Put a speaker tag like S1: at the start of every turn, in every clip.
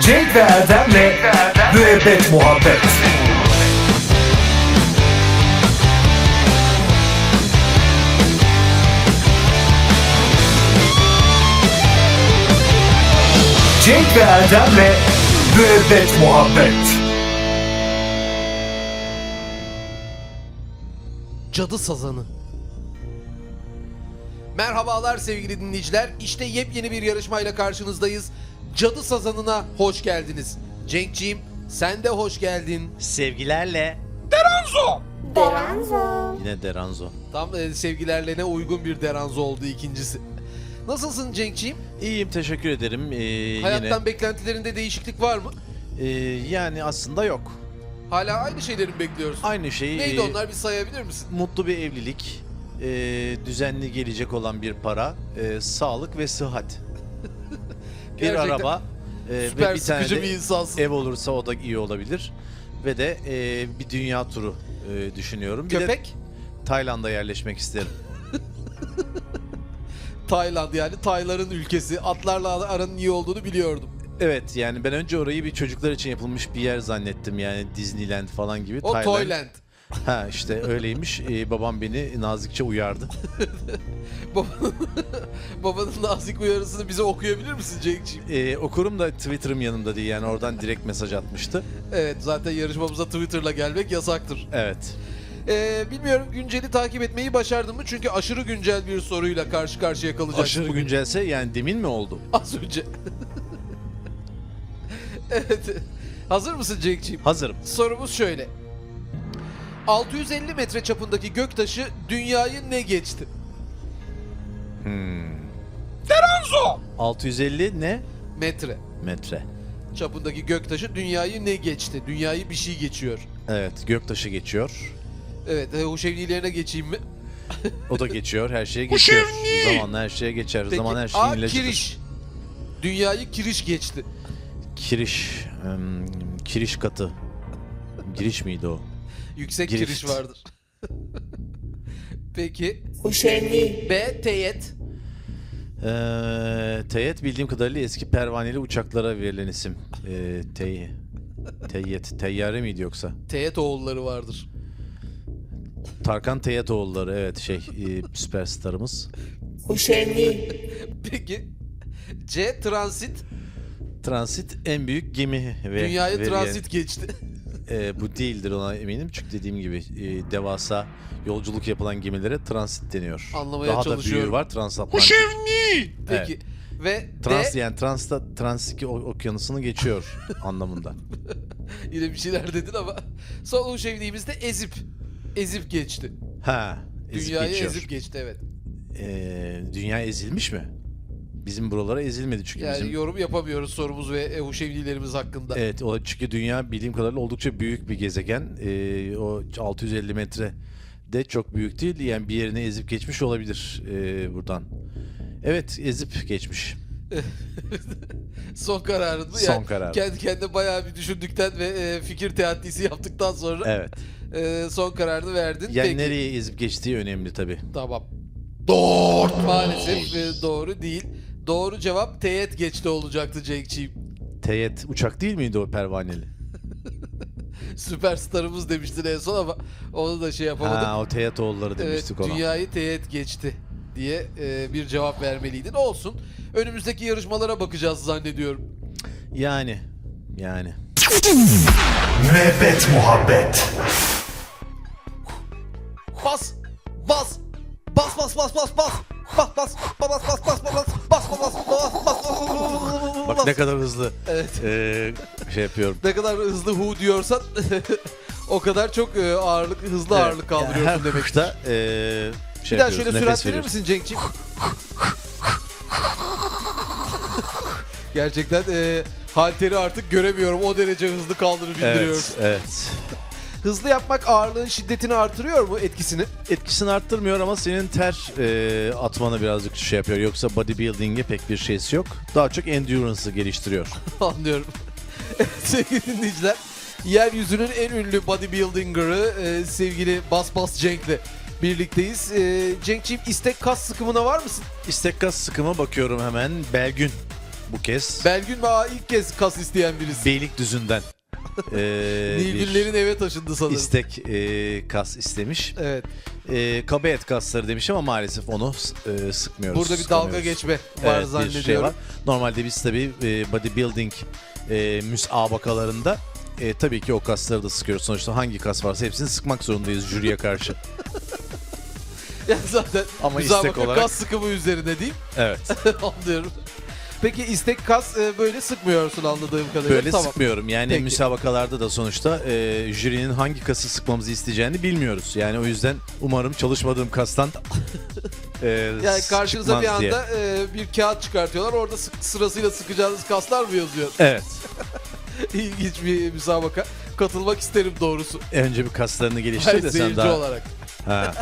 S1: Cenk ve Erdem'le Müebbet Muhabbet Cenk ve Erdem'le Müebbet Muhabbet
S2: Cadı Sazanı. Merhabalar sevgili dinleyiciler. İşte yepyeni bir yarışmayla karşınızdayız. Cadı Sazanı'na hoş geldiniz. Cenk'ciğim sen de hoş geldin.
S3: Sevgilerle.
S4: Deranzo.
S3: Yine Deranzo.
S2: Tam e, sevgilerle ne uygun bir deranzo oldu ikincisi. Nasılsın Cenk'ciğim?
S3: İyiyim teşekkür ederim. Ee,
S2: Hayattan beklentilerinde değişiklik var mı?
S3: yine, Ee, yani aslında yok.
S2: Hala aynı şeyleri mi bekliyoruz?
S3: Aynı şey.
S2: Neydi
S3: e,
S2: onlar bir sayabilir misin?
S3: Mutlu bir evlilik. e, düzenli gelecek olan bir para, e, sağlık ve sıhhat. bir
S2: Gerçekten
S3: araba e,
S2: Süper
S3: ve bir tane e-
S2: sıkıcı
S3: de
S2: bir insansın.
S3: ev olursa o da iyi olabilir. Ve de e, bir dünya turu e, düşünüyorum. Bir de
S2: Köpek?
S3: Tayland'a yerleşmek isterim.
S2: Tayland yani Tayların ülkesi. Atlarla aranın iyi olduğunu biliyordum.
S3: Evet yani ben önce orayı bir çocuklar için yapılmış bir yer zannettim yani Disneyland falan gibi.
S2: O
S3: Tayland.
S2: Toyland.
S3: Ha işte öyleymiş. Ee, babam beni nazikçe uyardı.
S2: Babanın, babanın nazik uyarısını bize okuyabilir misin Cenk'ciğim?
S3: Ee, okurum da Twitter'ım yanımda değil yani oradan direkt mesaj atmıştı.
S2: Evet zaten yarışmamıza Twitter'la gelmek yasaktır.
S3: Evet.
S2: Ee, bilmiyorum günceli takip etmeyi başardın mı? Çünkü aşırı güncel bir soruyla karşı karşıya kalacaksın
S3: Aşırı
S2: bugün.
S3: güncelse yani demin mi oldu?
S2: Az önce. evet. Hazır mısın Cenk'ciğim?
S3: Hazırım.
S2: Sorumuz şöyle. 650 metre çapındaki göktaşı dünyayı ne geçti?
S3: 650 ne?
S2: Metre.
S3: Metre.
S2: Çapındaki göktaşı dünyayı ne geçti? Dünyayı bir şey geçiyor.
S3: Evet göktaşı geçiyor.
S2: Evet, e, huşevnilerine geçeyim mi?
S3: O da geçiyor her şeye geçiyor. Zamanla her şeye geçer.
S2: şey Peki,
S3: Zaman her
S2: A,
S3: şeyin ilacıdır.
S2: kiriş. Dünyayı kiriş geçti.
S3: Kiriş. ım, kiriş katı. Giriş miydi o?
S2: Yüksek
S3: Girift.
S2: kiriş vardır. Peki.
S4: Huşevni.
S2: B. Teyit.
S3: Ee, teyit bildiğim kadarıyla eski pervaneli uçaklara verilen isim. Ee, tey, teyit. Teyyare miydi yoksa?
S2: Teyit oğulları vardır.
S3: Tarkan Teyit oğulları evet şey e, süperstarımız.
S4: Huşevni.
S2: Peki. C. Transit.
S3: Transit en büyük gemi ve
S2: Dünyayı
S3: ve-
S2: transit geçti.
S3: e, bu değildir ona eminim çünkü dediğim gibi e, devasa yolculuk yapılan gemilere transit deniyor.
S2: Anlamaya
S3: Daha da
S2: çalışıyorum.
S3: büyüğü var transatlantik.
S2: Peki. Ve
S3: Trans
S2: D.
S3: yani transta transik o- okyanusunu geçiyor anlamında.
S2: Yine bir şeyler dedin ama. Son huşevniğimizde Ezip. Ezip geçti.
S3: Ha. ezip
S2: Dünyayı
S3: geçiyor.
S2: ezip geçti evet.
S3: Ee, dünya ezilmiş mi? Bizim buralara ezilmedi çünkü
S2: Yani
S3: bizim.
S2: yorum yapamıyoruz sorumuz ve e, huşevnilerimiz hakkında.
S3: Evet o çünkü dünya bildiğim kadarıyla oldukça büyük bir gezegen. Ee, o 650 metre de çok büyük değil. Yani bir yerine ezip geçmiş olabilir ee, buradan. Evet ezip geçmiş.
S2: Son kararın mı?
S3: Son
S2: Yani
S3: kararım.
S2: Kendi kendine bayağı bir düşündükten ve e, fikir teatisi yaptıktan sonra
S3: Evet.
S2: e, son kararını verdin.
S3: Yani
S2: Peki.
S3: nereye ezip geçtiği önemli tabii.
S2: Tamam. Doğru. Maalesef e, doğru değil. Doğru cevap teğet geçti olacaktı Cenk'ciğim.
S3: Teyet uçak değil miydi o pervaneli?
S2: Süperstarımız demiştin en son ama onu da şey yapamadık.
S3: Ha o Teyet oğulları demiştik
S2: Evet,
S3: ona.
S2: Dünyayı teğet geçti diye e, bir cevap vermeliydin. Olsun. Önümüzdeki yarışmalara bakacağız zannediyorum.
S3: Yani yani.
S1: Müebbet Muhabbet
S2: Bas! Bas! Bas bas bas bas bas! Bas bas bas bas bas bas bas bas bas bas bas bas
S3: Bak ne kadar hızlı
S2: Evet.
S3: ee, şey yapıyorum.
S2: Ne kadar hızlı hu diyorsan o kadar çok e, ağırlık hızlı
S3: Evet,
S2: ağırlık
S3: yani
S2: kaldırıyorsun
S3: her
S2: demek.
S3: kuşta, eee, şey
S2: Bir daha
S3: yapıyoruz,
S2: şöyle
S3: nefes
S2: sürat verir
S3: veriyoruz.
S2: misin Cenk'ciğim? Gerçekten e, halteri artık göremiyorum. O derece hızlı kaldırıp indiriyoruz.
S3: Evet, evet.
S2: Hızlı yapmak ağırlığın şiddetini artırıyor mu etkisini?
S3: Etkisini arttırmıyor ama senin ter eee, atmanı birazcık şey yapıyor. Yoksa bodybuilding'e pek bir şeysi yok. Daha çok endurance'ı geliştiriyor.
S2: Anlıyorum. sevgili dinleyiciler, yeryüzünün en ünlü bodybuildinger'ı e, sevgili Bas Bas Cenk'le birlikteyiz. E, Cenk'ciğim istek kas sıkımına var mısın?
S3: İstek kas sıkıma bakıyorum hemen. Belgün. bu kez.
S2: Belgün Bağa ilk kez kas isteyen birisi.
S3: Beylikdüzü'nden ee,
S2: Nilgünlerin eve taşındı
S3: bir
S2: sanırım.
S3: istek ee, kas istemiş.
S2: evet.
S3: Ee, kaba et kasları demiş ama maalesef onu ee, sıkmıyoruz.
S2: Burada bir dalga
S3: sıkamıyoruz.
S2: geçme var
S3: Evet, bir şey
S2: zannediyorum.
S3: var. Normalde biz tabii e, bodybuilding e, müsabakalarında e, tabii ki o kasları da sıkıyoruz. Sonuçta hangi kas varsa hepsini sıkmak zorundayız jüriye karşı.
S2: Ya zaten
S3: Ama
S2: güzel
S3: istek
S2: bakın,
S3: olarak-
S2: kas sıkımı üzerine değil
S3: evet.
S2: anlıyorum. Peki istek kas e, böyle sıkmıyorsun anladığım kadarıyla.
S3: Böyle
S2: tamam.
S3: sıkmıyorum. Yani
S2: Peki.
S3: müsabakalarda da sonuçta e, jürinin hangi kası sıkmamızı isteyeceğini bilmiyoruz. Yani o yüzden umarım çalışmadığım kastan e,
S2: Yani karşınıza bir
S3: çıkmaz diye.
S2: anda e, bir kağıt çıkartıyorlar. Orada sık- sırasıyla sıkacağınız kaslar mı yazıyor?
S3: Evet.
S2: İlginç bir müsabaka. Katılmak isterim doğrusu.
S3: Önce bir kaslarını geliştir
S2: Hayır,
S3: de sen
S2: seyirci
S3: daha...
S2: olarak.
S3: Ha.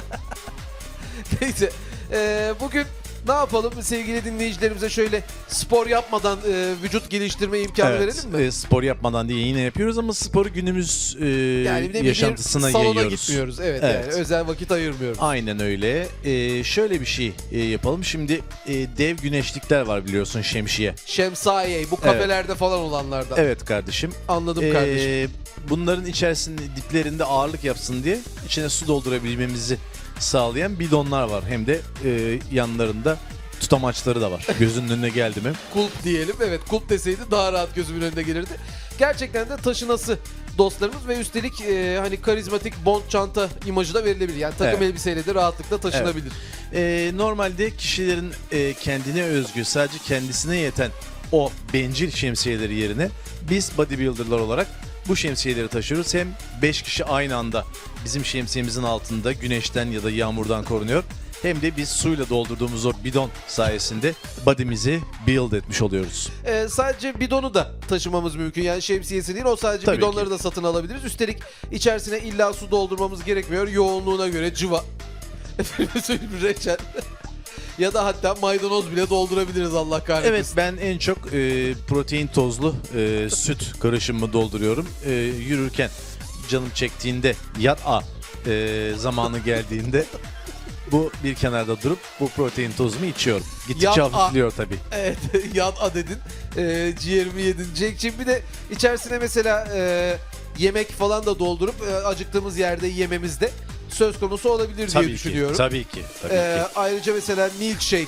S2: Neyse. e, bugün ne yapalım sevgili dinleyicilerimize şöyle spor yapmadan e, vücut geliştirme imkanı
S3: Evet,
S2: verelim mi?
S3: e, spor yapmadan diye yine yapıyoruz ama sporu günümüz e,
S2: bir de bir
S3: yaşantısına
S2: salona
S3: yayıyoruz.
S2: gitmiyoruz. Evet,
S3: Evet.
S2: yani özel vakit ayırmıyoruz.
S3: Aynen öyle. E, şöyle bir şey e, yapalım. Şimdi e, dev güneşlikler var biliyorsun şemsiye.
S2: Şemsiye bu kafelerde falan olanlardan.
S3: Evet kardeşim.
S2: Anladım
S3: E,
S2: kardeşim.
S3: bunların içerisinde diplerinde ağırlık yapsın diye içine su doldurabilmemizi sağlayan bidonlar var. Hem de e, yanlarında tutamaçları da var. Gözünün önüne geldi mi?
S2: Kulp diyelim. Evet kulp deseydi daha rahat gözümün önüne gelirdi. Gerçekten de taşınası dostlarımız ve üstelik e, hani karizmatik bond çanta imajı da verilebilir. Yani takım
S3: Evet.
S2: elbiseyle de rahatlıkla taşınabilir.
S3: Ee, normalde kişilerin e, kendine özgü, sadece kendisine yeten o bencil şemsiyeleri yerine biz bodybuilderlar olarak bu şemsiyeleri taşıyoruz. Hem 5 kişi aynı anda bizim şemsiyemizin altında güneşten ya da yağmurdan korunuyor. Hem de biz suyla doldurduğumuz o bidon sayesinde body'mizi build etmiş oluyoruz.
S2: E, sadece bidonu da taşımamız mümkün. Yani şemsiyesi değil o sadece
S3: Tabii
S2: bidonları
S3: ki.
S2: da satın alabiliriz. Üstelik içerisine illa su doldurmamız gerekmiyor. Yoğunluğuna göre cıva. Efendim söyleyeyim reçel. ya da hatta maydanoz bile doldurabiliriz Allah kahretsin.
S3: Evet ben en çok e, protein tozlu e, süt karışımımı dolduruyorum. E, yürürken canım çektiğinde yat a e, zamanı geldiğinde bu bir kenarda durup bu protein tozumu içiyorum. Gittikçe
S2: Yat a.
S3: hafifliyor tabii.
S2: Evet yan adedin e, ciğerimi yedin Cenk'ciğim bir de içerisine mesela e, yemek falan da doldurup e, acıktığımız yerde yememizde söz konusu olabilir diye
S3: Tabii ki.
S2: düşünüyorum.
S3: Tabii ki. Tabii
S2: E,
S3: ki.
S2: ayrıca mesela milkshake,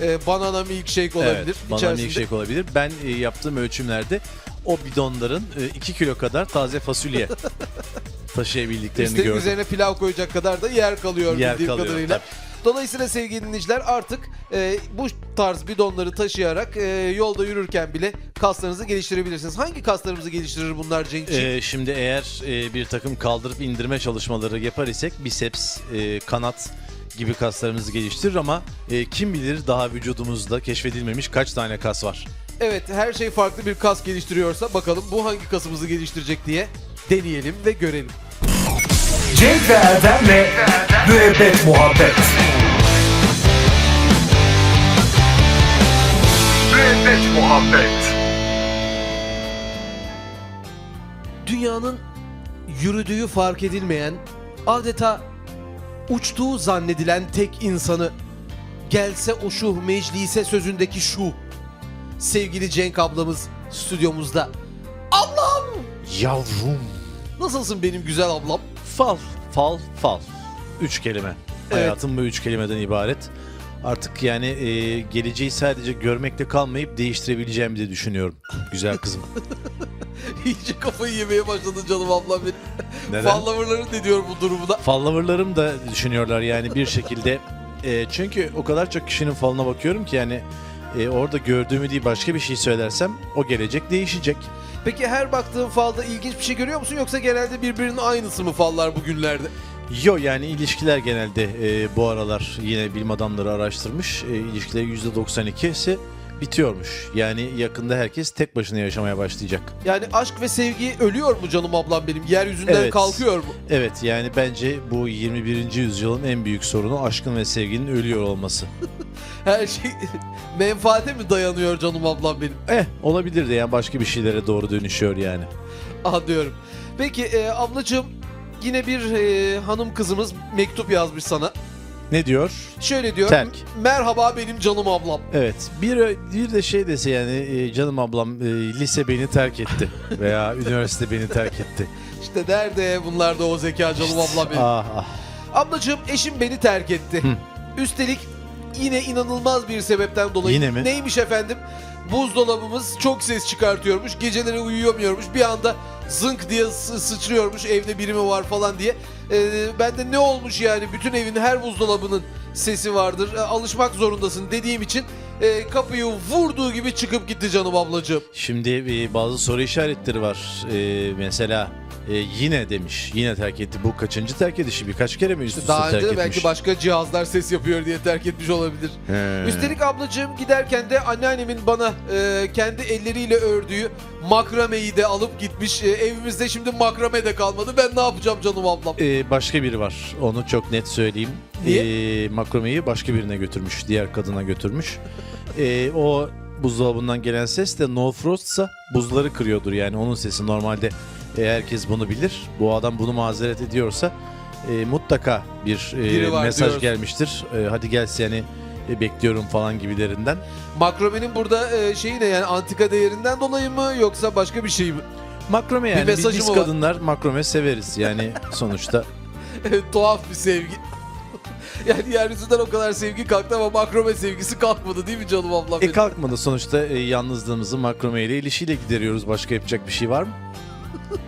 S2: e, banana milkshake olabilir.
S3: Evet, bana
S2: İçerisinde-
S3: milkshake olabilir. Ben e, yaptığım ölçümlerde o bidonların 2 kilo kadar taze fasulye taşıyabildiklerini
S2: İşte
S3: gördüm.
S2: üzerine pilav koyacak kadar da yer kalıyor
S3: Yer
S2: bildiğim
S3: kalıyor,
S2: kadarıyla. Dolayısıyla sevgili dinleyiciler artık e, bu tarz bidonları taşıyarak e, yolda yürürken bile kaslarınızı geliştirebilirsiniz. Hangi kaslarımızı geliştirir bunlar Cenk'ciğim?
S3: Ee, şimdi eğer e, bir takım kaldırıp indirme çalışmaları yapar isek biceps, e, kanat gibi kaslarımızı geliştirir ama e, kim bilir daha vücudumuzda keşfedilmemiş kaç tane kas var.
S2: Evet her şey farklı bir kas geliştiriyorsa bakalım bu hangi kasımızı geliştirecek diye deneyelim ve görelim.
S1: Cenk ve Erdem'le Müebbet Muhabbet Müebbet Muhabbet
S2: Dünyanın yürüdüğü fark edilmeyen, adeta uçtuğu zannedilen tek insanı gelse o şu meclise sözündeki şu sevgili Cenk ablamız stüdyomuzda. Ablam!
S3: Yavrum.
S2: Nasılsın benim güzel ablam?
S3: Fal, fal, fal. Üç kelime.
S2: Evet.
S3: Hayatım bu üç kelimeden ibaret. Artık yani e, geleceği sadece görmekle kalmayıp değiştirebileceğimi de düşünüyorum. Güzel kızım.
S2: İyice kafayı yemeye başladın canım ablam benim.
S3: Neden?
S2: Followerların ne diyor bu durumda?
S3: Followerlarım da düşünüyorlar yani bir şekilde. E, çünkü o kadar çok kişinin falına bakıyorum ki yani e, orada gördüğümü değil başka bir şey söylersem o gelecek değişecek.
S2: Peki her baktığın falda ilginç bir şey görüyor musun yoksa genelde birbirinin aynısı mı fallar bugünlerde?
S3: Yo yani ilişkiler genelde e, bu aralar yine bilim adamları araştırmış. E, ilişkilerin %92'si bitiyormuş. Yani yakında herkes tek başına yaşamaya başlayacak.
S2: Yani aşk ve sevgi ölüyor mu canım ablam benim? Yeryüzünden
S3: Evet.
S2: kalkıyor mu?
S3: Evet yani bence bu 21. yüzyılın en büyük sorunu aşkın ve sevginin ölüyor olması.
S2: Her şey menfaate mi dayanıyor canım ablam benim?
S3: Eh olabilir de yani başka bir şeylere doğru dönüşüyor yani.
S2: Anlıyorum. Peki e, ablacığım yine bir e, hanım kızımız mektup yazmış sana.
S3: Ne diyor?
S2: Şöyle diyor.
S3: Terk.
S2: Merhaba benim canım ablam.
S3: Evet. Bir bir de şey dese yani e, canım ablam e, lise beni terk etti veya üniversite beni terk etti.
S2: İşte nerede bunlar da o zeka canım ablam benim.
S3: Ah ah.
S2: Ablacığım eşim beni terk etti. Üstelik yine inanılmaz bir sebepten dolayı.
S3: Yine mi?
S2: Neymiş efendim? Buzdolabımız çok ses çıkartıyormuş. Geceleri uyuyamıyormuş. Bir anda zınk diye sı- sıçrıyormuş. Evde biri mi var falan diye. Ee, ben de ne olmuş yani bütün evin her buzdolabının sesi vardır. e, Alışmak zorundasın dediğim için e, kapıyı vurduğu gibi çıkıp gitti canım ablacığım.
S3: Şimdi e, bazı soru işaretleri var. E, mesela e, yine demiş. Yine terk etti. Bu kaçıncı terk edişi? Birkaç kere mi üst üste
S2: Daha
S3: terk
S2: önce de
S3: etmiş?
S2: belki başka cihazlar ses yapıyor diye terk etmiş olabilir.
S3: He.
S2: Üstelik ablacığım giderken de anneannemin bana e, kendi elleriyle ördüğü makrameyi de alıp gitmiş. E, evimizde şimdi makrame de kalmadı. Ben ne yapacağım canım ablam?
S3: E, başka biri var. Onu çok net söyleyeyim. E, makromeyi başka birine götürmüş. Diğer kadına götürmüş. E, o buzdolabından gelen ses de no frostsa buzları kırıyordur yani onun sesi normalde e, herkes bunu bilir. Bu adam bunu mazeret ediyorsa e, mutlaka bir e,
S2: Biri var
S3: mesaj
S2: diyoruz.
S3: gelmiştir. E, hadi gel seni e, bekliyorum falan gibilerinden.
S2: Makramenin burada e, şeyi ne yani antika değerinden dolayı mı yoksa başka bir şey mi?
S3: Makrome yani biz,
S2: mesajı
S3: biz
S2: mı var?
S3: kadınlar makrome severiz yani sonuçta.
S2: Tuhaf bir sevgi. yani yeryüzünden o kadar sevgi kalktı ama makrame sevgisi kalkmadı değil mi canım ablam?
S3: E
S2: benim?
S3: kalkmadı sonuçta e, yalnızlığımızı makrome ile ilişiyle gideriyoruz. Başka yapacak bir şey var mı?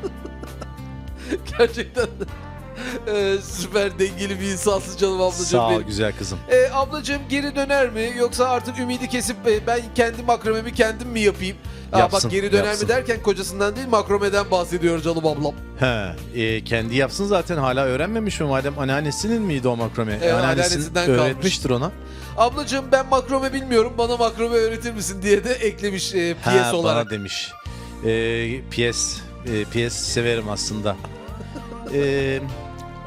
S2: Gerçekten e, süper dengeli bir insansın canım ablacığım.
S3: Sağ ol
S2: benim.
S3: güzel kızım.
S2: E, ablacığım geri döner mi yoksa artık ümidi kesip e, ben kendi makromemi kendim mi yapayım? Aa,
S3: Yapsın,
S2: bak geri döner
S3: yapsın.
S2: mi derken kocasından değil makromeden bahsediyor canım ablam.
S3: He, e, kendi yapsın zaten hala öğrenmemiş mi madem anneannesinin miydi o makrome?
S2: Evet,
S3: Anneannesi
S2: anneannesinden
S3: öğretmiştir ona.
S2: Ablacığım ben makrome bilmiyorum bana makrome öğretir misin diye de eklemiş e,
S3: Ha,
S2: piyes
S3: bana
S2: olarak.
S3: demiş. E, piyes, e, piyes severim aslında. E,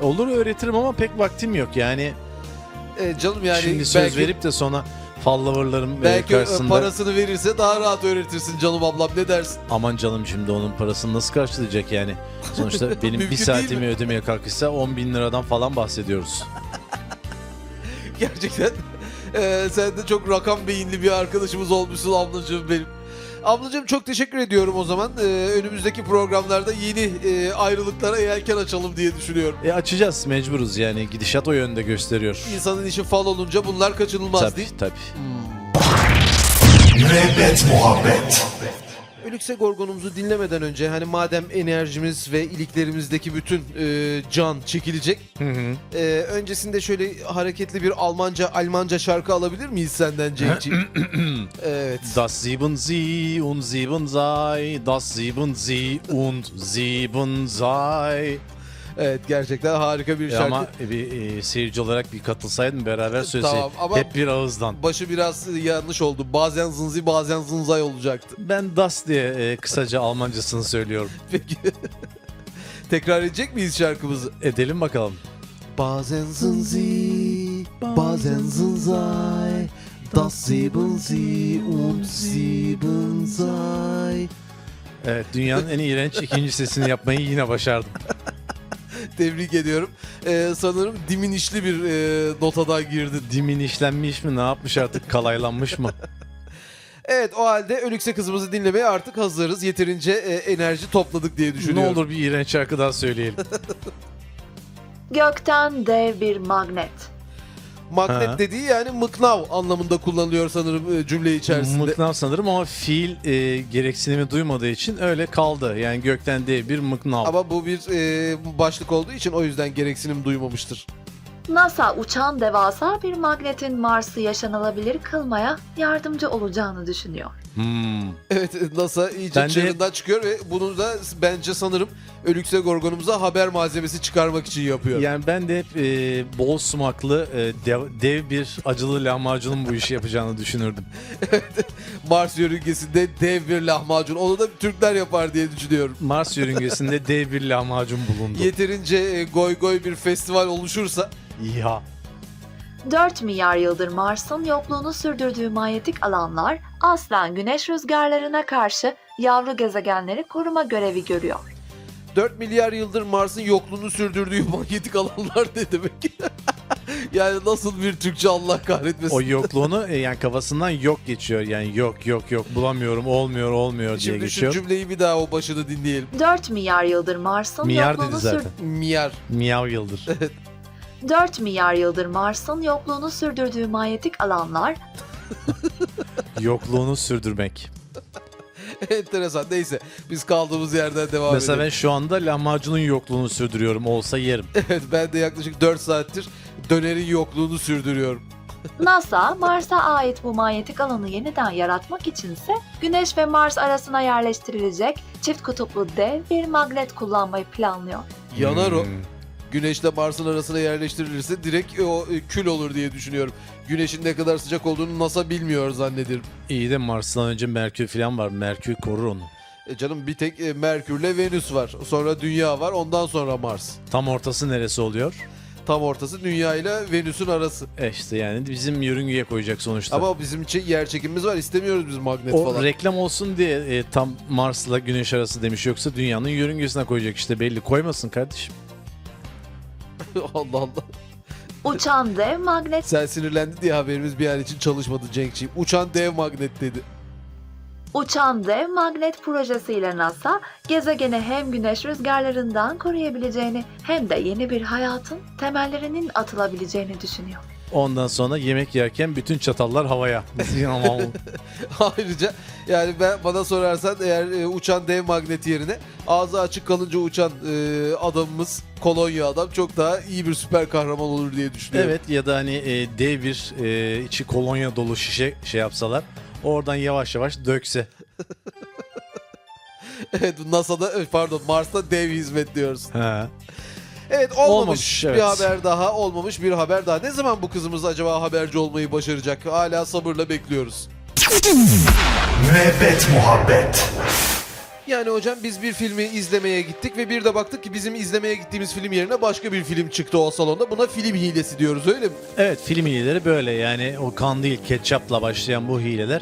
S3: olur öğretirim ama pek vaktim yok yani.
S2: E, canım yani
S3: Şimdi söz
S2: belki,
S3: verip de sonra followerlarım e,
S2: belki e,
S3: karşısında
S2: parasını verirse daha rahat öğretirsin canım ablam ne dersin?
S3: aman canım şimdi onun parasını nasıl karşılayacak yani. Sonuçta benim
S2: Mümkün
S3: bir
S2: değil
S3: saatimi ödemeye kalkışsa 10 bin liradan falan bahsediyoruz.
S2: Gerçekten e, sen de çok rakam beyinli bir arkadaşımız olmuşsun ablacığım benim. Ablacığım çok teşekkür ediyorum o zaman. E, önümüzdeki programlarda yeni e, ayrılıklara yelken açalım diye düşünüyorum.
S3: E açacağız mecburuz yani gidişat o yönde gösteriyor.
S2: İnsanın işi fal olunca bunlar kaçınılmaz değil. Hmm.
S3: Tabii tabii.
S1: Müebbet muhabbet.
S2: Ölükse Gorgon'umuzu dinlemeden önce hani madem enerjimiz ve iliklerimizdeki bütün e, can çekilecek. e, öncesinde şöyle hareketli bir Almanca Almanca şarkı alabilir miyiz senden Cenk'ciğim? evet.
S3: Das sieben sie und sieben sei, das sieben sie und sieben sei.
S2: Evet gerçekten harika bir
S3: E
S2: şarkı.
S3: ama bir e, seyirci olarak bir katılsaydın beraber söyleseydik
S2: Tamam, ama-
S3: hep bir ağızdan.
S2: Başı biraz e, yanlış oldu. Bazen zınzi bazen zınzay olacaktı.
S3: Ben das diye e, kısaca Almancasını söylüyorum.
S2: Peki. Tekrar edecek miyiz şarkımızı?
S3: Edelim bakalım.
S2: Bazen zınzi, bazen zınzay, das sieben sie und sieben sei.
S3: Evet dünyanın en iğrenç ikinci sesini yapmayı yine başardım.
S2: Tebrik ediyorum. Ee, sanırım diminişli bir e, notada girdin.
S3: Dimin işlenmiş mi ne yapmış artık kalaylanmış mı?
S2: Evet o halde Ölükse kızımızı dinlemeye artık hazırız. Yeterince e, enerji topladık diye
S3: ne
S2: düşünüyorum.
S3: olur bir iğrenç şarkı daha söyleyelim.
S5: Gökten dev bir magnet.
S2: Magnet
S3: Ha.
S2: dediği yani mıknav anlamında kullanılıyor sanırım e, cümle içerisinde.
S3: Mıknav sanırım ama fiil e, gereksinimi duymadığı için öyle kaldı. Yani gökten diye bir mıknav.
S2: Ama bu bir e, başlık olduğu için o yüzden gereksinim duymamıştır.
S5: NASA uçan devasa bir magnetin Mars'ı yaşanılabilir kılmaya yardımcı olacağını düşünüyor.
S3: Hmm.
S2: Evet NASA iyice
S3: Ben de-
S2: çığırından çıkıyor ve bunu da bence sanırım Ölükse Gorgon'umuza haber malzemesi çıkarmak için yapıyor.
S3: Yani ben de hep e, bol sumaklı e, dev, dev bir acılı lahmacunun bu işi yapacağını düşünürdüm.
S2: Mars yörüngesinde dev bir lahmacun. Onu da Türkler yapar diye düşünüyorum.
S3: Mars yörüngesinde dev bir lahmacun bulundu.
S2: Yeterince e, goy goy bir festival oluşursa
S3: ya.
S5: 4 milyar yıldır Mars'ın yokluğunu sürdürdüğü manyetik alanlar aslen güneş rüzgarlarına karşı yavru gezegenleri koruma görevi görüyor.
S2: 4 milyar yıldır Mars'ın yokluğunu sürdürdüğü manyetik alanlar ne demek? Yani nasıl bir Türkçe Allah kahretmesin.
S3: O yokluğunu e, yani kafasından yok geçiyor. Yani yok yok yok bulamıyorum olmuyor olmuyor diye
S2: Şimdi şu
S3: geçiyor.
S2: cümleyi bir daha o başını dinleyelim.
S5: 4 milyar yıldır Mars'ın
S3: Miyar dedi
S5: yokluğunu
S3: zaten.
S2: Miyar.
S3: Miyav yıldır.
S5: 4 milyar yıldır Mars'ın yokluğunu sürdürdüğü manyetik alanlar
S3: Yokluğunu sürdürmek.
S2: Enteresan. Neyse biz kaldığımız yerden devam
S3: Mesela ben
S2: edelim.
S3: şu anda lahmacunun yokluğunu sürdürüyorum. Olsa yerim.
S2: Evet, ben de yaklaşık 4 saattir dönerin yokluğunu sürdürüyorum.
S5: NASA, Mars'a ait bu manyetik alanı yeniden yaratmak içinse Güneş ve Mars arasına yerleştirilecek çift kutuplu dev bir magnet kullanmayı planlıyor.
S2: Yanar o.
S3: Hmm.
S2: Güneşle Mars'ın arasına yerleştirilirse direkt o e, kül olur diye düşünüyorum. Güneşin ne kadar sıcak olduğunu NASA bilmiyor zannederim.
S3: İyi de Mars'tan önce Merkür falan var. Merkür korur onu.
S2: E canım bir tek e, Merkür'le Venüs var. Sonra Dünya var. Ondan sonra Mars.
S3: Tam ortası neresi oluyor?
S2: Tam ortası Dünya ile Venüs'ün arası.
S3: E işte yani bizim yörüngeye koyacak sonuçta.
S2: Ama bizim çe- yer çekimimiz var. İstemiyoruz biz magnet
S3: o
S2: falan.
S3: reklam olsun diye e, tam Mars'la Güneş arası demiş yoksa dünyanın yörüngesine koyacak işte belli koymasın kardeşim.
S2: Allah Allah.
S5: Uçan dev magnet
S2: Sen sinirlendi diye haberimiz bir an için çalışmadı Cenkçiğim. Uçan dev magnet dedi.
S5: Uçan dev magnet projesiyle NASA, gezegeni hem güneş rüzgarlarından koruyabileceğini hem de yeni bir hayatın temellerinin atılabileceğini düşünüyor.
S3: Ondan sonra yemek yerken bütün çatallar havaya.
S2: Ayrıca yani ben bana sorarsan eğer e, uçan dev magnet yerine ağzı açık kalınca uçan e, adamımız kolonya adam çok daha iyi bir süper kahraman olur diye düşünüyorum.
S3: evet ya da hani e, dev bir e, içi kolonya dolu şişe şey yapsalar oradan yavaş yavaş dökse.
S2: Evet. NASA'da e, pardon Mars'ta dev hizmet diyoruz.
S3: Ha.
S2: Evet olmamış,
S3: Olmamış,
S2: bir
S3: evet.
S2: haber daha olmamış bir haber daha. Ne zaman bu kızımız acaba haberci olmayı başaracak? Hala sabırla bekliyoruz.
S1: Müebbet muhabbet.
S2: Yani hocam biz bir filmi izlemeye gittik ve bir de baktık ki bizim izlemeye gittiğimiz film yerine başka bir film çıktı o salonda. Buna film hilesi diyoruz öyle mi?
S3: Evet film hileleri böyle yani o kan değil ketçapla başlayan bu hileler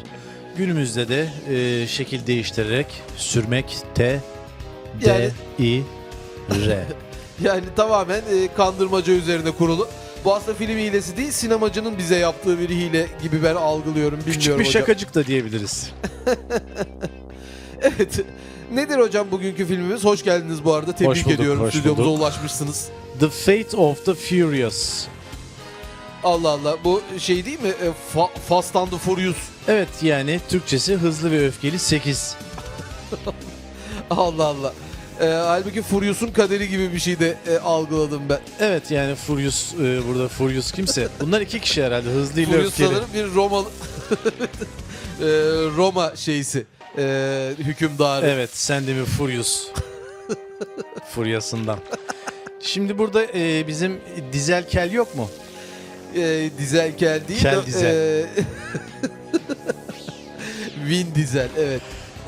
S3: günümüzde de e, şekil değiştirerek sürmek T D
S2: Yani-
S3: I R.
S2: Yani tamamen e, kandırmaca üzerine kurulu. Bu aslında film hilesi değil, sinemacının bize yaptığı bir hile gibi ben algılıyorum. Bilmiyorum
S3: Küçük bir
S2: hocam.
S3: şakacık da diyebiliriz.
S2: Evet. Nedir hocam bugünkü filmimiz? Hoş geldiniz bu arada. Tebrik
S3: bulduk,
S2: ediyorum.
S3: hoş
S2: Stüdyomuza
S3: bulduk.
S2: ulaşmışsınız.
S3: The Fate of the Furious.
S2: Allah Allah. Bu şey değil mi? E, Fa- Fast and the Furious.
S3: Evet yani Türkçesi hızlı ve öfkeli 8.
S2: Allah Allah. E, halbuki Furious'un kaderi gibi bir şey de e, algıladım ben.
S3: Evet yani Furious e, burada Furious kimse. Bunlar iki kişi herhalde hızlı ile
S2: Furious
S3: öfkeli.
S2: sanırım bir Romalı... E, Roma şeysi. E, hükümdarı.
S3: Evet sen de mi Furious? Furyasından. Şimdi burada e, bizim dizel kel yok mu?
S2: e, Dizel Kel değil
S3: Kel
S2: de,
S3: Dizel.
S2: e, Vin Dizel evet.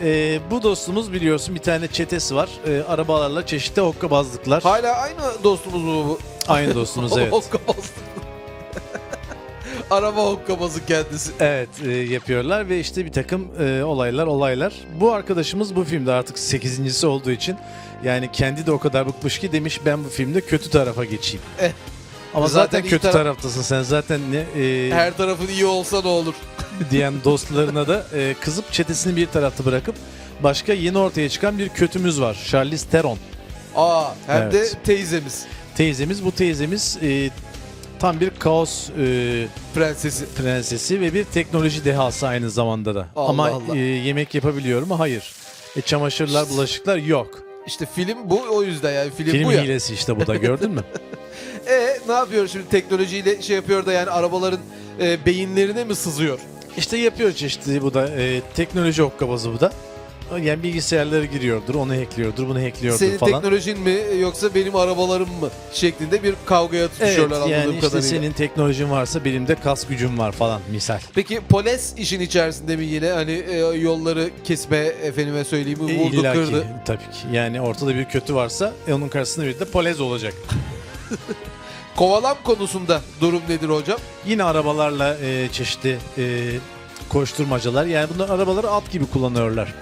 S3: Ee, bu dostumuz biliyorsun bir tane çetesi var. Ee, arabalarla çeşitli hokkabazlıklar.
S2: Hala aynı dostumuz mu bu?
S3: Aynı dostumuz evet.
S2: Hokkabaz. Araba hokkabazı kendisi.
S3: Evet e, yapıyorlar ve işte bir takım e, olaylar olaylar. Bu arkadaşımız bu filmde artık 8.si olduğu için yani kendi de o kadar bıkmış ki demiş ben bu filmde kötü tarafa geçeyim.
S2: Eh.
S3: Ama
S2: Zaten
S3: zaten,
S2: iyi
S3: kötü
S2: taraf-
S3: taraftasın sen zaten ne e,
S2: Her tarafın iyi olsa ne olur.
S3: diyen dostlarına da e, kızıp çetesini bir tarafta bırakıp başka yeni ortaya çıkan bir kötümüz var. Charlize Theron.
S2: Aa hem
S3: Evet.
S2: de teyzemiz
S3: teyzemiz. Bu teyzemiz e, tam bir kaos e,
S2: prensesi.
S3: prensesi ve bir teknoloji dehası aynı zamanda da.
S2: Allah
S3: Ama
S2: Allah.
S3: e, yemek yapabiliyor mu? Hayır. E, çamaşırlar, bulaşıklar yok.
S2: İşte film bu o yüzden yani film,
S3: Film
S2: bu ya.
S3: hilesi işte bu da gördün mü?
S2: E ne yapıyor şimdi teknolojiyle şey yapıyor da yani arabaların e, beyinlerine mi sızıyor?
S3: işte yapıyor çeşitli bu da e, teknoloji hokkabazı bu da. Yani bilgisayarlara giriyordur, onu hackliyordur, bunu hackliyordur
S2: Senin
S3: falan.
S2: teknolojin mi yoksa benim arabalarım mı şeklinde bir kavgaya
S3: Evet
S2: tutuşuyorlar anladığım
S3: yani işte
S2: kadarıyla.
S3: senin teknolojin varsa benim de kas gücüm var falan misal.
S2: Peki polis işin içerisinde mi yine hani e, yolları kesme efendime söyleyeyim
S3: E,
S2: vurdu
S3: illaki,
S2: kırdı.
S3: tabii ki. Yani ortada bir kötü varsa e, onun karşısında bir de polez olacak.
S2: Kovalam konusunda durum nedir hocam?
S3: Yine arabalarla e, çeşitli e, koşturmacalar. Yani bunlar arabaları at gibi kullanıyorlar.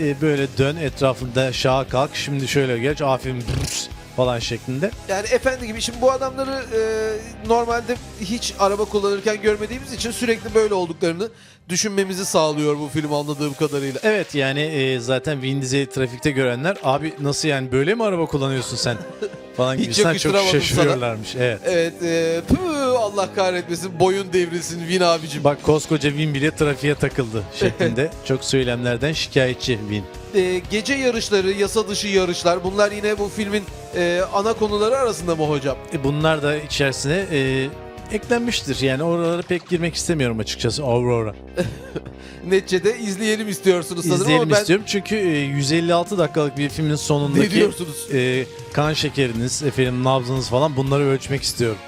S3: E, böyle dön etrafında şaha kalk. Şimdi şöyle geç. Aferin. brrrs falan şeklinde.
S2: Yani efendi gibi şimdi bu adamları e, normalde hiç araba kullanırken görmediğimiz için sürekli böyle olduklarını düşünmemizi sağlıyor bu film anladığım kadarıyla.
S3: Evet yani e, zaten Vin Diesel'i trafikte görenler abi nasıl yani böyle mi araba kullanıyorsun sen falan
S2: Hiç
S3: gibisinden çok
S2: yakıştıramadım sana.
S3: şaşırıyorlarmış. Evet.
S2: Evet e, püh, Allah kahretmesin boyun devrilsin Vin abicim.
S3: Bak koskoca Vin bile trafiğe takıldı şeklinde. çok söylemlerden şikayetçi Vin.
S2: E, gece yarışları, yasa dışı yarışlar bunlar yine bu filmin e, ana konuları arasında mı hocam?
S3: E, bunlar da içerisine e, eklenmiştir. Yani oralara pek girmek istemiyorum açıkçası Aurora.
S2: Neticede izleyelim istiyorsunuz sanırım
S3: İzleyelim
S2: ama ben
S3: istiyorum çünkü e, 156 dakikalık bir filmin
S2: ne
S3: sonundaki
S2: diyorsunuz?
S3: e, kan şekeriniz, efendim nabzınız falan bunları ölçmek istiyorum.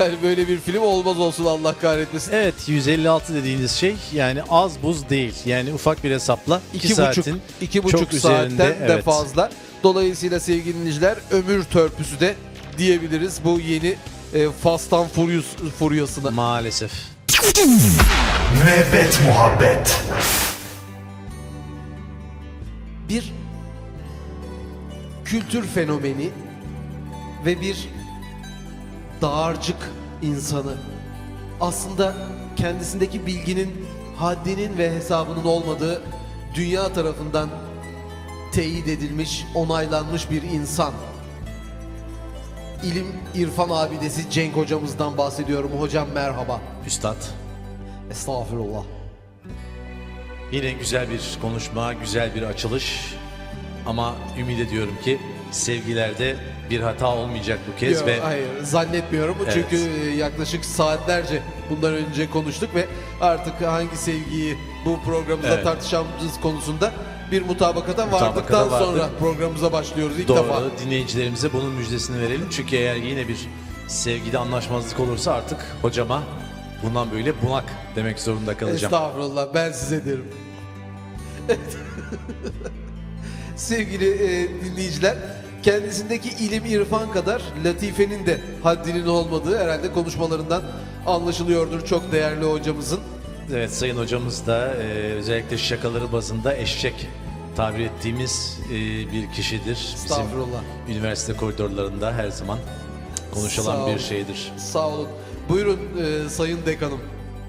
S2: Yani böyle bir film olmaz olsun Allah kahretmesin.
S3: Evet 156 dediğiniz şey yani az buz değil. Yani ufak bir hesapla 2
S2: İki buçuk-
S3: saatin
S2: İki
S3: Çok
S2: buçuk saatten
S3: üzerinde,
S2: de
S3: evet.
S2: fazla. Dolayısıyla sevgili dinleyiciler ömür törpüsü de diyebiliriz bu yeni e, Fast and Furious furyasına.
S3: maalesef.
S1: Müebbet muhabbet.
S2: bir kültür fenomeni ve bir dağarcık insanı. Aslında kendisindeki bilginin, haddinin ve hesabının olmadığı dünya tarafından teyit edilmiş, onaylanmış bir insan. İlim irfan abidesi Cenk hocamızdan bahsediyorum. Hocam merhaba.
S3: Üstad.
S2: Estağfurullah.
S3: Yine güzel bir konuşma, güzel bir açılış. Ama ümit ediyorum ki sevgilerde bir hata olmayacak bu kez
S2: Yok,
S3: ve
S2: Hayır zannetmiyorum
S3: Evet.
S2: çünkü e, yaklaşık saatlerce bundan önce konuştuk ve artık hangi sevgiyi bu programımızda
S3: Evet.
S2: tartışacağımız konusunda bir mutabakata,
S3: Mutabakata
S2: vardıktan
S3: vardık.
S2: sonra programımıza başlıyoruz ilk
S3: doğru
S2: defa.
S3: dinleyicilerimize bunun müjdesini verelim. Çünkü eğer yine bir sevgide anlaşmazlık olursa artık hocama bundan böyle bunak demek zorunda kalacağım.
S2: Estağfurullah ben size derim. Evet. Sevgili e, dinleyiciler, kendisindeki ilim irfan kadar latifenin de haddinin olmadığı herhalde konuşmalarından anlaşılıyordur çok değerli hocamızın.
S3: Evet sayın hocamız da e, özellikle şakaları bazında eşek tabir ettiğimiz e, bir kişidir. Bizim
S2: Estağfurullah.
S3: üniversite koridorlarında her zaman
S2: Sağ
S3: konuşulan
S2: olun.
S3: bir şeydir.
S2: Sağ olun. Buyurun e, Sayın Dekanım.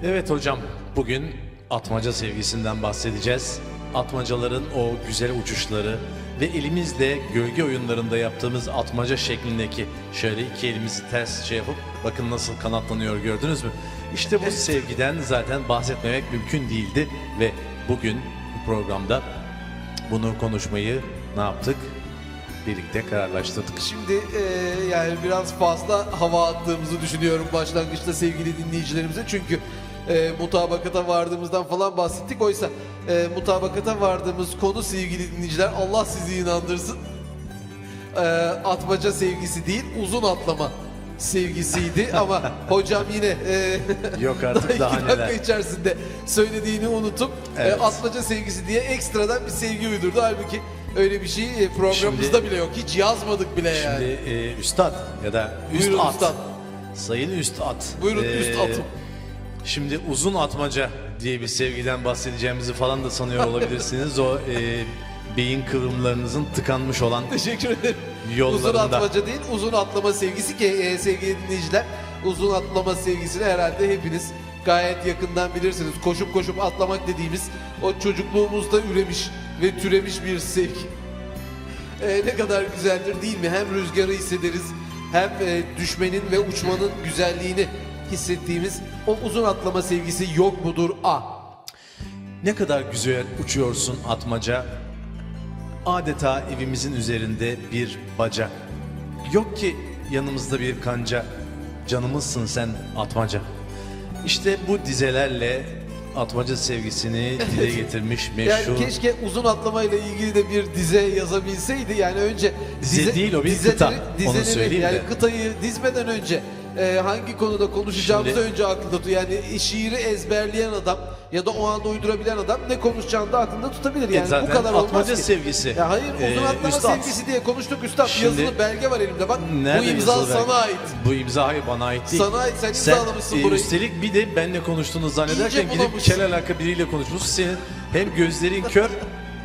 S3: Evet hocam, bugün atmaca sevgisinden bahsedeceğiz. Atmacaların o güzel uçuşları ve elimizle gölge oyunlarında yaptığımız atmaca şeklindeki şöyle iki elimizi ters şey yapıp bakın nasıl kanatlanıyor gördünüz mü? İşte bu sevgiden zaten bahsetmemek mümkün değildi ve bugün bu programda bunu konuşmayı ne yaptık? Birlikte kararlaştırdık.
S2: Şimdi e, yani biraz fazla hava attığımızı düşünüyorum başlangıçta sevgili dinleyicilerimize. Çünkü e, mutabakata vardığımızdan falan bahsettik. Oysa e, mutabakata vardığımız konu sevgili dinleyiciler Allah sizi inandırsın. E, atmaca sevgisi değil uzun atlama sevgisiydi ama hocam yine e,
S3: Yok artık daha
S2: iki dakika
S3: neler.
S2: içerisinde söylediğini unutup
S3: Evet.
S2: e, atmaca sevgisi diye ekstradan bir sevgi uydurdu. Halbuki öyle bir şey e, programımızda
S3: Şimdi-
S2: bile yok. Hiç yazmadık bile yani.
S3: Şimdi e, üstad ya da üst
S2: Buyurun
S3: at.
S2: üstad.
S3: Sayın üstad. E,
S2: Buyurun üst atım.
S3: Şimdi uzun atmaca diye bir sevgiden bahsedeceğimizi falan da sanıyor olabilirsiniz. O e, beyin kıvrımlarınızın tıkanmış olan
S2: Teşekkür ederim. Uzun
S3: Yollarında.
S2: atmaca değil, uzun atlama sevgisi ki e, sevgili dinleyiciler. Uzun atlama sevgisini herhalde hepiniz gayet yakından bilirsiniz. Koşup koşup atlamak dediğimiz o çocukluğumuzda üremiş ve türemiş bir sevgi. E, ne kadar güzeldir değil mi? Hem rüzgarı hissederiz hem e, düşmenin ve uçmanın güzelliğini hissettiğimiz o uzun atlama sevgisi yok mudur A?
S3: ne kadar güzel uçuyorsun atmaca. Adeta evimizin üzerinde bir baca. Yok ki yanımızda bir kanca. Canımızsın sen atmaca. İşte bu dizelerle atmaca sevgisini dile getirmiş
S2: Yani
S3: meşhur.
S2: keşke uzun atlamayla ilgili de bir dize yazabilseydi. Yani önce
S3: Dize değil o, bir kıta. Onu söyleyeyim
S2: yani
S3: de.
S2: kıtayı dizmeden önce e, hangi konuda konuşacağımızı
S3: Şimdi-
S2: önce aklında tut. Yani e, şiiri ezberleyen adam ya da o anda uydurabilen adam ne konuşacağını da aklında tutabilir. Yani
S3: E, zaten
S2: bu kadar olmaz
S3: atmaca
S2: ki.
S3: sevgisi.
S2: Ya hayır uzun
S3: Ee,
S2: atlama
S3: üstad.
S2: sevgisi diye konuştuk üstad.
S3: Şimdi-
S2: yazılı belge var elimde bak. bu
S3: Nerede
S2: imza
S3: yazılı belge?
S2: sana ait.
S3: Bu imza hayır bana ait değil. e,
S2: Sana ait, sen imzalamışsın burayı.
S3: Üstelik bir de benle konuştuğunu zannederken
S2: İyice
S3: gidip
S2: bulamışsın.
S3: kel alaka biriyle konuşmuşsun. Senin hem gözlerin kör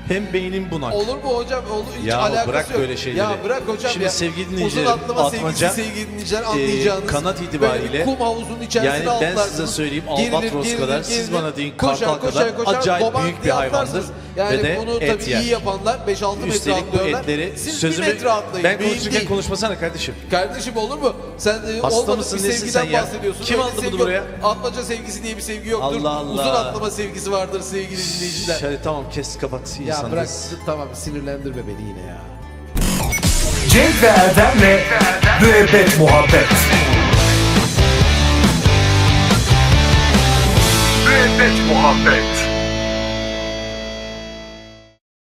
S3: hem beynim bunak.
S2: Olur mu hocam? Olur, hiç
S3: Ya
S2: alakası
S3: bırak
S2: yok.
S3: böyle şeyleri.
S2: Ya bırak hocam
S3: Şimdi
S2: ya.
S3: sevgili
S2: Uzun
S3: dinleyicilerim,
S2: atlama
S3: Atmaca, e,
S2: sevgisi sevgili dinleyiciler anlayacağınız.
S3: kanat
S2: böyle
S3: itibariyle,
S2: Kum havuzunun içerisine
S3: Yani ben
S2: atlarsınız.
S3: size söyleyeyim
S2: Gerilir,
S3: albatros
S2: gerilir,
S3: kadar siz
S2: gerilir.
S3: bana deyin
S2: Koşar,
S3: kartal
S2: koşar,
S3: kadar
S2: koşar,
S3: acayip
S2: gobant
S3: büyük bir
S2: diye
S3: hayvandır.
S2: atlarsınız. Yani
S3: Ve de
S2: bunu tabii
S3: et yer.
S2: iyi yapanlar 5-6 metre
S3: Üstelik bu
S2: atlıyorlar.
S3: etleri
S2: Siz bir
S3: sözümü
S2: metre atlayın.
S3: ben
S2: mühim
S3: konuşurken
S2: değil.
S3: konuşmasana kardeşim.
S2: Kardeşim olur mu? Sen e,
S3: Hasta
S2: olmadık
S3: mısın,
S2: bir
S3: nesin
S2: sevgiden
S3: sen ya?
S2: bahsediyorsun.
S3: Kim
S2: Öyle
S3: aldı
S2: sevgi
S3: bunu
S2: yok.
S3: buraya?
S2: Atmaca sevgisi diye bir sevgi yoktur.
S3: Allah Allah.
S2: Uzun atlama sevgisi vardır sevgili dinleyiciler.
S3: Hadi tamam kes kapat
S2: Ya
S3: insanı.
S2: bırak tamam sinirlendirme beni yine ya.
S1: Cenk ve Erdem'le Müebbet Muhabbet Müebbet Muhabbet